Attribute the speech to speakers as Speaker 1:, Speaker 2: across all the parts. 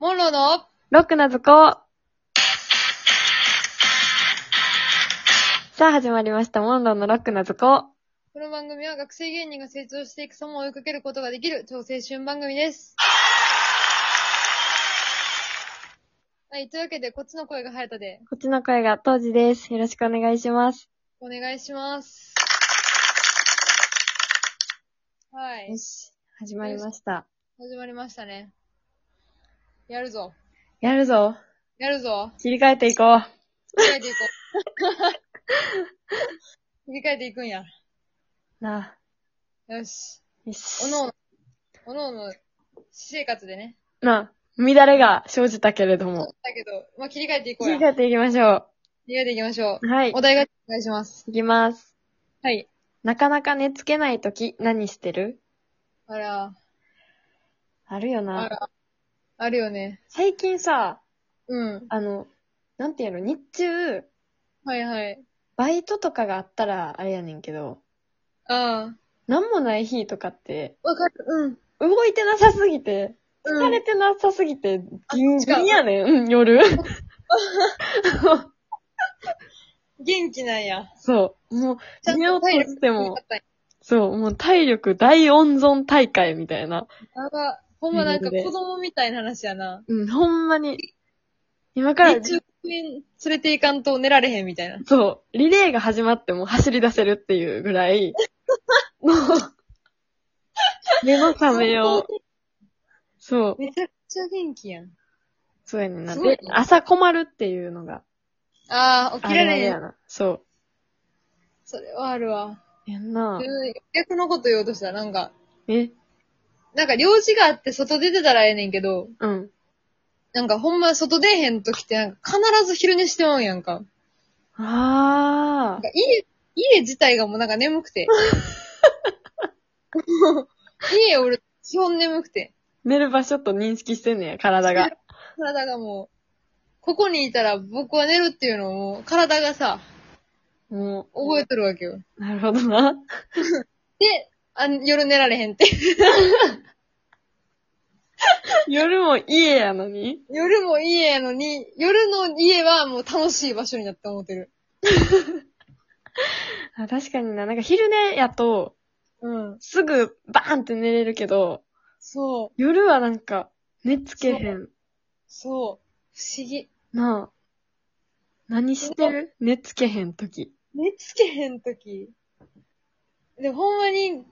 Speaker 1: ンロの
Speaker 2: ロックな図工。さあ、始まりました。モンローのロックな図工。
Speaker 1: この番組は学生芸人が成長していく様を追いかけることができる超青春番組です。はい、というわけで、こっちの声が早田で、
Speaker 2: こっちの声が当時です。よろしくお願いします。
Speaker 1: お願いします。はい
Speaker 2: よ、し。始まりました。
Speaker 1: 始まりましたね。やるぞ。
Speaker 2: やるぞ。
Speaker 1: やるぞ。
Speaker 2: 切り替えていこう。
Speaker 1: 切り替えていこう。 切り替えていくんや。
Speaker 2: な
Speaker 1: よし。
Speaker 2: あ、よし
Speaker 1: お。のおの、おのおの、私生活でね。
Speaker 2: なあ、乱れが生じたけれど
Speaker 1: だ
Speaker 2: も。
Speaker 1: けど、まあ、切り替えていこう
Speaker 2: 切
Speaker 1: や。
Speaker 2: り
Speaker 1: 切
Speaker 2: 替えていきましょ
Speaker 1: り替えていきましょう。
Speaker 2: う。はい。
Speaker 1: お題がお願いします。
Speaker 2: いきます。
Speaker 1: はい。
Speaker 2: なかなか寝つけないとき、何してる
Speaker 1: あら、
Speaker 2: あるよ
Speaker 1: あ
Speaker 2: な。
Speaker 1: ら、あるよね。
Speaker 2: 最近さ、
Speaker 1: うん。
Speaker 2: あの、なんていうの、日中、
Speaker 1: はいはい。
Speaker 2: バイトとかがあったら、あれやねんけど、
Speaker 1: あ
Speaker 2: なんもない日とかって、
Speaker 1: あ。わかる。うん。
Speaker 2: 動いてなさすぎて、
Speaker 1: う
Speaker 2: 疲
Speaker 1: ん
Speaker 2: れ。てなさすぎて、ギンギ
Speaker 1: 違う
Speaker 2: ンやねん、うん、 夜。
Speaker 1: 元気なんや。
Speaker 2: そう。もう、寝ようとしても、
Speaker 1: や
Speaker 2: そう、もう体力大温存大会みたいな。
Speaker 1: ば。ほんまなんか
Speaker 2: レベルで
Speaker 1: 子供みたいな話やな。
Speaker 2: うん、ほんまに。今から、
Speaker 1: 日中、連れていかんと寝られへんみたいな。
Speaker 2: そう、リレーが始まっても走り出せるっていうぐ らい、もう、目の覚めを、そう、
Speaker 1: めちゃくちゃ元気やん。
Speaker 2: そうやねんな。
Speaker 1: すごいね
Speaker 2: で、朝困るっていうのが、
Speaker 1: ああ、起
Speaker 2: あ
Speaker 1: き
Speaker 2: る
Speaker 1: ら
Speaker 2: あ
Speaker 1: れ
Speaker 2: る
Speaker 1: へ
Speaker 2: や
Speaker 1: ん。
Speaker 2: な。そ
Speaker 1: それはあるわ。
Speaker 2: う。やんな
Speaker 1: う。ん逆のこと言おうとした。なんか、
Speaker 2: え、
Speaker 1: なんか用事があって外出てたらええねんけど、
Speaker 2: うん。
Speaker 1: なんかほんま外出えへん時ってなんか必ず昼寝してまうんやんか。
Speaker 2: あ
Speaker 1: な
Speaker 2: あ
Speaker 1: ん。か家、家自体がもうなんか眠くて。家おる、基本眠くて。
Speaker 2: 寝る場所と認識してんねや、体が。
Speaker 1: 体がもう、ここにいたら僕は寝るっていうのをもう体がさ、
Speaker 2: も
Speaker 1: 覚えとるわけよ。
Speaker 2: う、なるほどな。
Speaker 1: で、あ夜寝られへんって。
Speaker 2: 夜も家やのに。
Speaker 1: 夜も家やのに、夜の家はもう楽しい場所になって思ってる。
Speaker 2: あ確かにな、なんか昼寝やと、
Speaker 1: うん。
Speaker 2: すぐバーンって寝れるけど、
Speaker 1: そう、
Speaker 2: 夜はなんか、寝つけへん。
Speaker 1: そう。不思議。
Speaker 2: なあ。何してる寝つけへんとき。
Speaker 1: 寝つけへんとき。でもほんまに、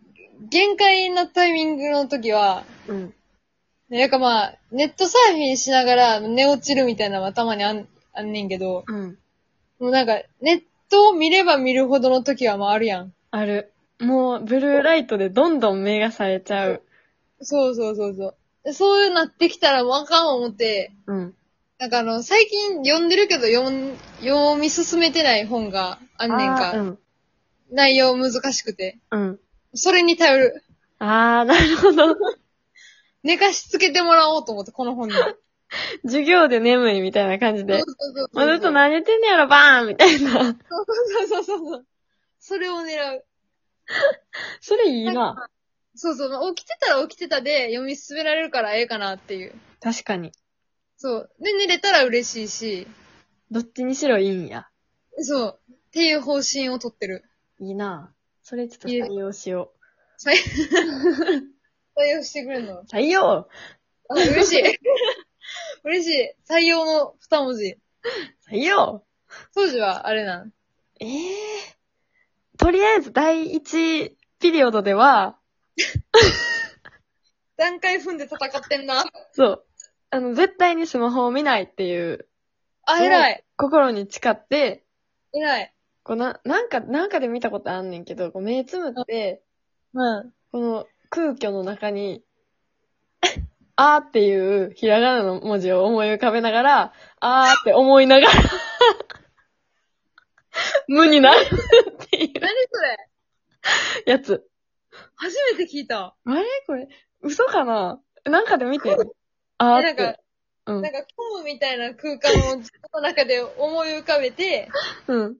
Speaker 1: 限界なタイミングの時は、
Speaker 2: うん。
Speaker 1: なんかまあ、ネットサーフィンしながら寝落ちるみたいなのはたまにあんあんねんけど、
Speaker 2: うん。
Speaker 1: もうなんか、ネットを見れば見るほどの時はもうあるやん。
Speaker 2: ある。もう、ブルーライトでどんどん目がされちゃう。
Speaker 1: そうそうそうそうで。そういうなってきたらもうあかん思って、
Speaker 2: うん。
Speaker 1: なんかあの、最近読んでるけど読ん読み進めてない本があんねんか。
Speaker 2: あーうん。
Speaker 1: 内容難しくて。
Speaker 2: うん。
Speaker 1: それに頼る。
Speaker 2: あー、なるほど。
Speaker 1: 寝かしつけてもらおうと思って、この 本に。そう
Speaker 2: 授業で眠いみたいな感じで。
Speaker 1: そうそう
Speaker 2: もうずっと
Speaker 1: な。
Speaker 2: 何言ってんねやろ、バーンみたいな。
Speaker 1: そうそうそうそう。それを狙う。
Speaker 2: それいいな。
Speaker 1: そうそう。起きてたら起きてたで読み進められるからええかなっていう。
Speaker 2: 確かに。
Speaker 1: そう。で、寝れたら嬉しいし、
Speaker 2: どっちにしろいいんや。
Speaker 1: そう。っていう方針をとってる。
Speaker 2: いいな。それちょっと採用しよ
Speaker 1: 採採用してくれるの
Speaker 2: う。採用
Speaker 1: あ嬉しい。 嬉しい。採用の二文字。
Speaker 2: 採用
Speaker 1: 当時はあれなん。
Speaker 2: ええとりあえず第一ピリオドでは、
Speaker 1: 段階踏んで戦ってんな。
Speaker 2: そう。あの、絶対にスマホを見ないっていう、
Speaker 1: あ、偉い。
Speaker 2: 心に誓って、
Speaker 1: 偉い。
Speaker 2: こうな、なんか、なんかで見たことあんねんけど、こう目つむって、
Speaker 1: うん。
Speaker 2: この空虚の中に、 あーっていうひらがなの文字を思い浮かべながら、あーって思いながら、 無になるっていう
Speaker 1: 何それ
Speaker 2: やつ。
Speaker 1: 初めて聞いた。
Speaker 2: あれこれ、嘘かななんかで見て。あ
Speaker 1: え
Speaker 2: ー
Speaker 1: な
Speaker 2: っ
Speaker 1: んか
Speaker 2: て。うん
Speaker 1: なん。か、コムみたいな空間を自分の中で思い浮かべて、
Speaker 2: うん。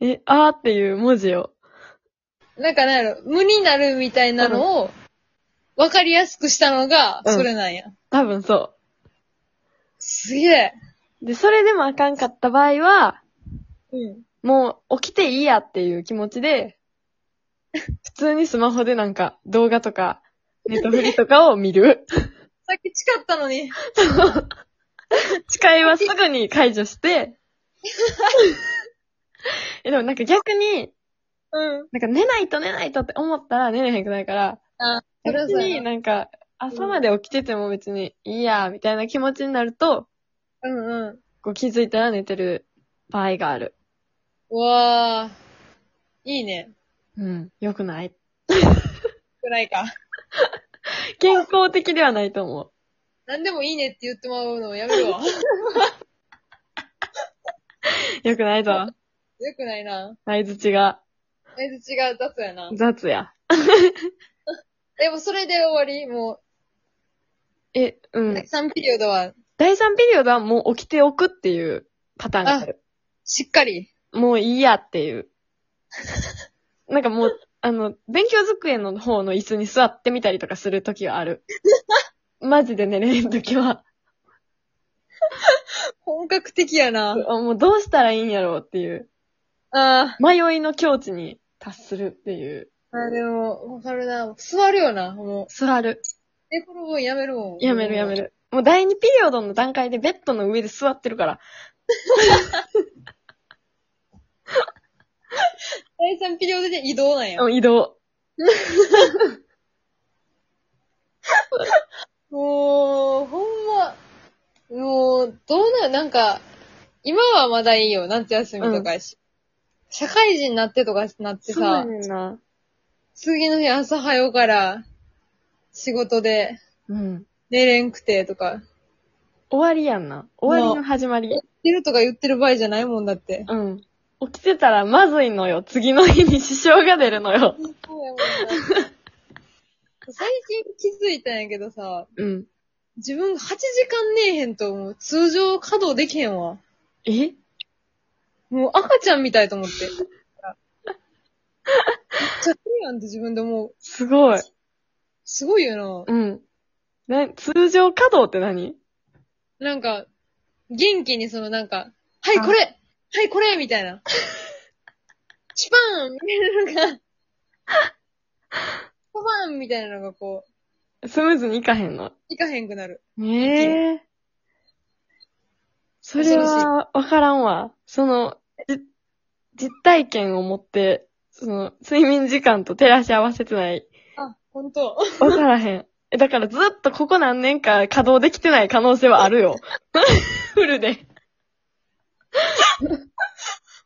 Speaker 2: え、あーっていう文字を。
Speaker 1: なんかなんやろ、無になるみたいなのを、わかりやすくしたのが、
Speaker 2: うん
Speaker 1: それなんや。
Speaker 2: 多分そ
Speaker 1: すげえ。
Speaker 2: う。で、それでもあかんかった場合は、
Speaker 1: うん。
Speaker 2: もう起きていいやっていう気持ちで、 普通にスマホでなんか動画とか、ネットフリとかを見る。
Speaker 1: さっき誓ったのに。
Speaker 2: 誓いはすぐに解除して、 え、でもなんか逆に、
Speaker 1: うん。
Speaker 2: なんか寝ないと寝ないとって思ったら寝れへんくないから、
Speaker 1: あ、それ
Speaker 2: 別
Speaker 1: ぞ
Speaker 2: に
Speaker 1: れ。
Speaker 2: なんか朝まで起きてても別にいいや、みたいな気持ちになると、
Speaker 1: うんうん。
Speaker 2: こう気づいたら寝てる場合がある。
Speaker 1: うわあ。いいね。
Speaker 2: うん。よくない
Speaker 1: くらいか。
Speaker 2: 健康的ではないと思う。
Speaker 1: なんでもいいねって言ってもらうのやめ るわ。よ
Speaker 2: よくないぞ。
Speaker 1: くないな。
Speaker 2: 相づちが
Speaker 1: えず違う雑やな。
Speaker 2: 雑や。
Speaker 1: でもそれで終わりも
Speaker 2: え、
Speaker 1: う、
Speaker 2: うん。
Speaker 1: 3ピリオドは、
Speaker 2: 第3ピリオドはもう起きておくっていうパターンがある。
Speaker 1: しっかり。
Speaker 2: もういいやって いう。なんかもう、あの、勉強机の方の椅子に座ってみたりとかするときはあ る。マジで寝れへんときは。
Speaker 1: 本格的やな。あ
Speaker 2: もうどうしたらいいんやろうっていう。
Speaker 1: あ
Speaker 2: 迷いの境地に達するっていう。
Speaker 1: ー。あーでも、わかるな。座るよな、もう。
Speaker 2: 座る。
Speaker 1: 寝転ぶんやめるもん。
Speaker 2: やめるやめ。る。もう第2ピリオドの段階でベッドの上で座ってるから。
Speaker 1: 第3ピリオドで移動なんや。
Speaker 2: うん移動。
Speaker 1: もう、ほんま、もう、どうな、なんか、今はまだいいよ、夏休みとかやし。社会人になってとかなって
Speaker 2: そうや
Speaker 1: さ、
Speaker 2: ねんな。
Speaker 1: 次の日朝早うから、仕事で
Speaker 2: うん。
Speaker 1: 寝れんくてとか、
Speaker 2: 終わりやんな。終わりの始まり。
Speaker 1: 寝るとか言ってる場合じゃないもんだ って。
Speaker 2: うん。起きてたらまずいのよ。次の日に支障が出るのよ。
Speaker 1: そうやもんな最近気づいたんやけどさ、
Speaker 2: うん。
Speaker 1: 自分8時間寝えへんと思う。通常稼働できへんわ。
Speaker 2: え
Speaker 1: もう赤ちゃんみたいと思って。めっちゃ不利やんって自分でもう、
Speaker 2: すごい。
Speaker 1: すごいよ
Speaker 2: うん。な、通常稼働って何
Speaker 1: な。なんか、元気にそのなんか、はい
Speaker 2: あ
Speaker 1: これはいこれみたいな。チパーンみたいなのが、パパンみたいなのがこう、
Speaker 2: スムーズにいかへんの。
Speaker 1: いかへんくなる。
Speaker 2: ええそれは、わからんわ。その、じ実体験を持って、その、睡眠時間と照らし合わせてない。
Speaker 1: あ、ほんと。
Speaker 2: わからへん。え、だからずっとここ何年か稼働できてない可能性はあ るよ。フルで。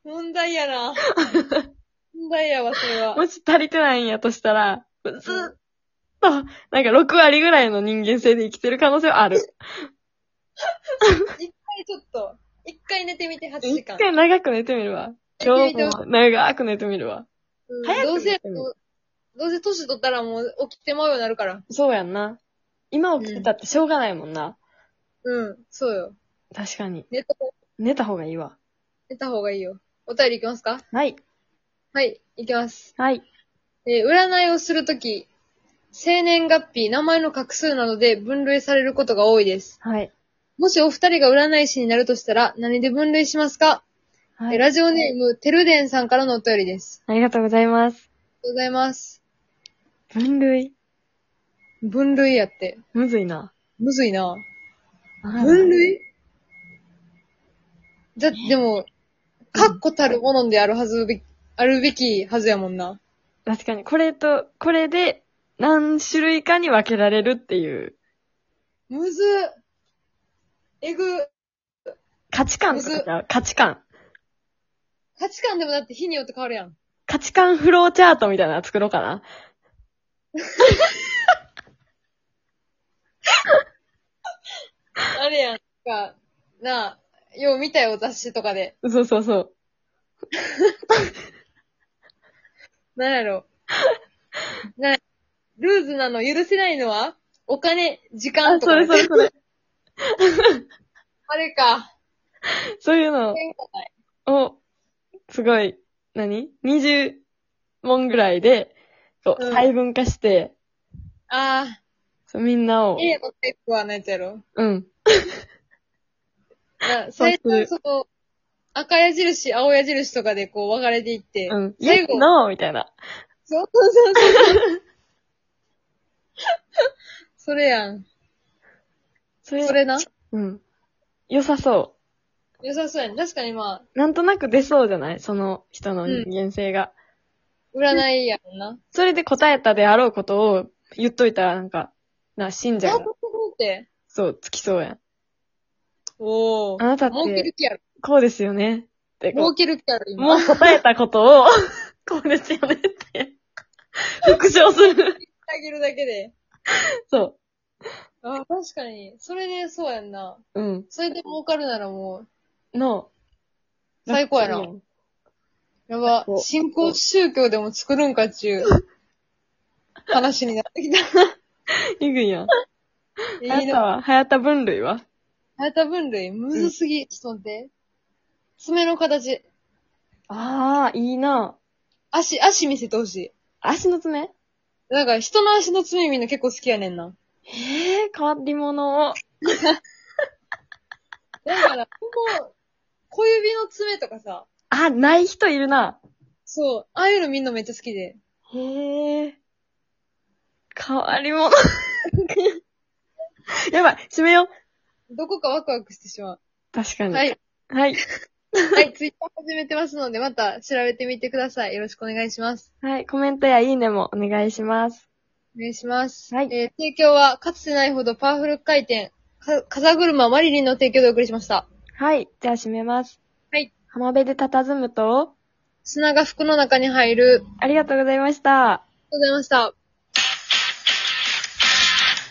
Speaker 1: 問題やな。問題やわ、それは。
Speaker 2: もし足りてないんやとしたら、ずっと、なんか6割ぐらいの人間性で生きてる可能性はある。
Speaker 1: 一回ちょっと、一回寝てみて8
Speaker 2: 一
Speaker 1: 時間。
Speaker 2: 回長く寝てみるわ。今日も長く寝てみるわ。
Speaker 1: うん
Speaker 2: 早く
Speaker 1: どう
Speaker 2: 寝
Speaker 1: せ、
Speaker 2: てみる
Speaker 1: どうせ年取ったらもう起きてまうようになるから。
Speaker 2: そうやんな。今起きてたってしょうがないもんな。
Speaker 1: うん、そうよ。
Speaker 2: 確かに。
Speaker 1: 寝た方
Speaker 2: 寝た方がいいわ。
Speaker 1: 寝た方がいいよ。お便りいきますか
Speaker 2: はい。
Speaker 1: はい、いきます。
Speaker 2: はい。
Speaker 1: えー占いをするとき、生年月日、名前の画数などで分類されることが多いです。
Speaker 2: はい。
Speaker 1: もしお二人が占い師になるとしたら、何で分類しますか、え
Speaker 2: は
Speaker 1: ー
Speaker 2: い。
Speaker 1: ラジオネーム、てるでんさんからのお便りです。
Speaker 2: ありがとうございます。
Speaker 1: ありがとうございます。
Speaker 2: 分類。
Speaker 1: 分類やって。
Speaker 2: むずいな。
Speaker 1: むずいな。分
Speaker 2: 分
Speaker 1: 類じゃ、でも、確固たるものであるはずべき、あるべきはずやもんな。
Speaker 2: 確かに。これと、これで何種類かに分けられるっていう
Speaker 1: むず、えぐ、
Speaker 2: 価値観とかちゃう価値観。
Speaker 1: 価値観でもだって日によって変わるやん。
Speaker 2: 価値観フローチャートみたいなの作ろうかな。
Speaker 1: あれやんか、なあ、よう見たよ、雑誌とかで。
Speaker 2: そうそうそう。
Speaker 1: なんや ろ。な、ルーズなの許せないのはお金、時間
Speaker 2: あ、
Speaker 1: と
Speaker 2: そ
Speaker 1: かね、
Speaker 2: れそれそれ。
Speaker 1: あれか。
Speaker 2: そういうの
Speaker 1: 変化ない
Speaker 2: を、すごい、何 ?20 問ぐらいで、こう、
Speaker 1: うん
Speaker 2: 細分化して、
Speaker 1: あ
Speaker 2: そうみんなを、
Speaker 1: 家のテックはないやろ。
Speaker 2: うん。
Speaker 1: な
Speaker 2: そう
Speaker 1: 最初、その、赤矢印、青矢印とかでこう分かれていって、
Speaker 2: うん。
Speaker 1: 最後
Speaker 2: Yes, no! みたいな。
Speaker 1: そうそうそうそう。 それやん。
Speaker 2: そ
Speaker 1: それな。
Speaker 2: うん。良さそ
Speaker 1: 良さそうやん。確かにまあ、
Speaker 2: う。なんとなく出そうじゃないその人の人間性が。
Speaker 1: 占いやんな。
Speaker 2: それで答えたであろうことを言っといたらなんか、な、信
Speaker 1: じ
Speaker 2: 者
Speaker 1: ゃあ、
Speaker 2: が
Speaker 1: こ、こって。
Speaker 2: そう、つきそうやん。
Speaker 1: おー。
Speaker 2: あなたっ
Speaker 1: 儲ける
Speaker 2: て、
Speaker 1: 気やろ。
Speaker 2: こうですよね。ってこ
Speaker 1: 儲
Speaker 2: う、
Speaker 1: ける気やろ、今。
Speaker 2: もう答えたことを、 こうですよねって、復唱する。
Speaker 1: あげるだけで。
Speaker 2: そ
Speaker 1: あ確かに。それで、そうやんな。
Speaker 2: う。うん。
Speaker 1: それで儲かるならも
Speaker 2: の、
Speaker 1: 最高や なう、やば
Speaker 2: そ、う
Speaker 1: 新興宗教でも作るんかっちゅう、話になってきた。
Speaker 2: いくんやん。
Speaker 1: い
Speaker 2: 流
Speaker 1: い
Speaker 2: 行った
Speaker 1: の。
Speaker 2: は、流行った分類は
Speaker 1: はやた分類、むずすぎ。ちょっと待って。爪の形。
Speaker 2: ああ、いいな。
Speaker 1: 足、足見せてほしい。
Speaker 2: 足の爪
Speaker 1: なんか、人の足の爪みんな結構好きやねんな。
Speaker 2: ええ変わり者を。
Speaker 1: だから、ここ、小指の爪とかさ、
Speaker 2: あ、ない人いるな。
Speaker 1: そう、ああいうのみんなめっちゃ好きで。
Speaker 2: へえ。変わ り者。やばい、閉めよう。
Speaker 1: どこかワクワクしてしまう。
Speaker 2: 確かに。
Speaker 1: はい。
Speaker 2: はい。
Speaker 1: はい、ツイッター始めてますので、また調べてみてください。よろしくお願いします。
Speaker 2: はい。コメントやいいねもお願いします。
Speaker 1: お願いします。
Speaker 2: はい
Speaker 1: えー提供は、かつてないほどパワフル回転、か、風車マリリンの提供でお送りしました。
Speaker 2: はい。じゃあ閉めます。
Speaker 1: はい。
Speaker 2: 浜辺で佇むと、
Speaker 1: 砂が服の中に入る。ありがとう
Speaker 2: ありがとうございました。
Speaker 1: ございました。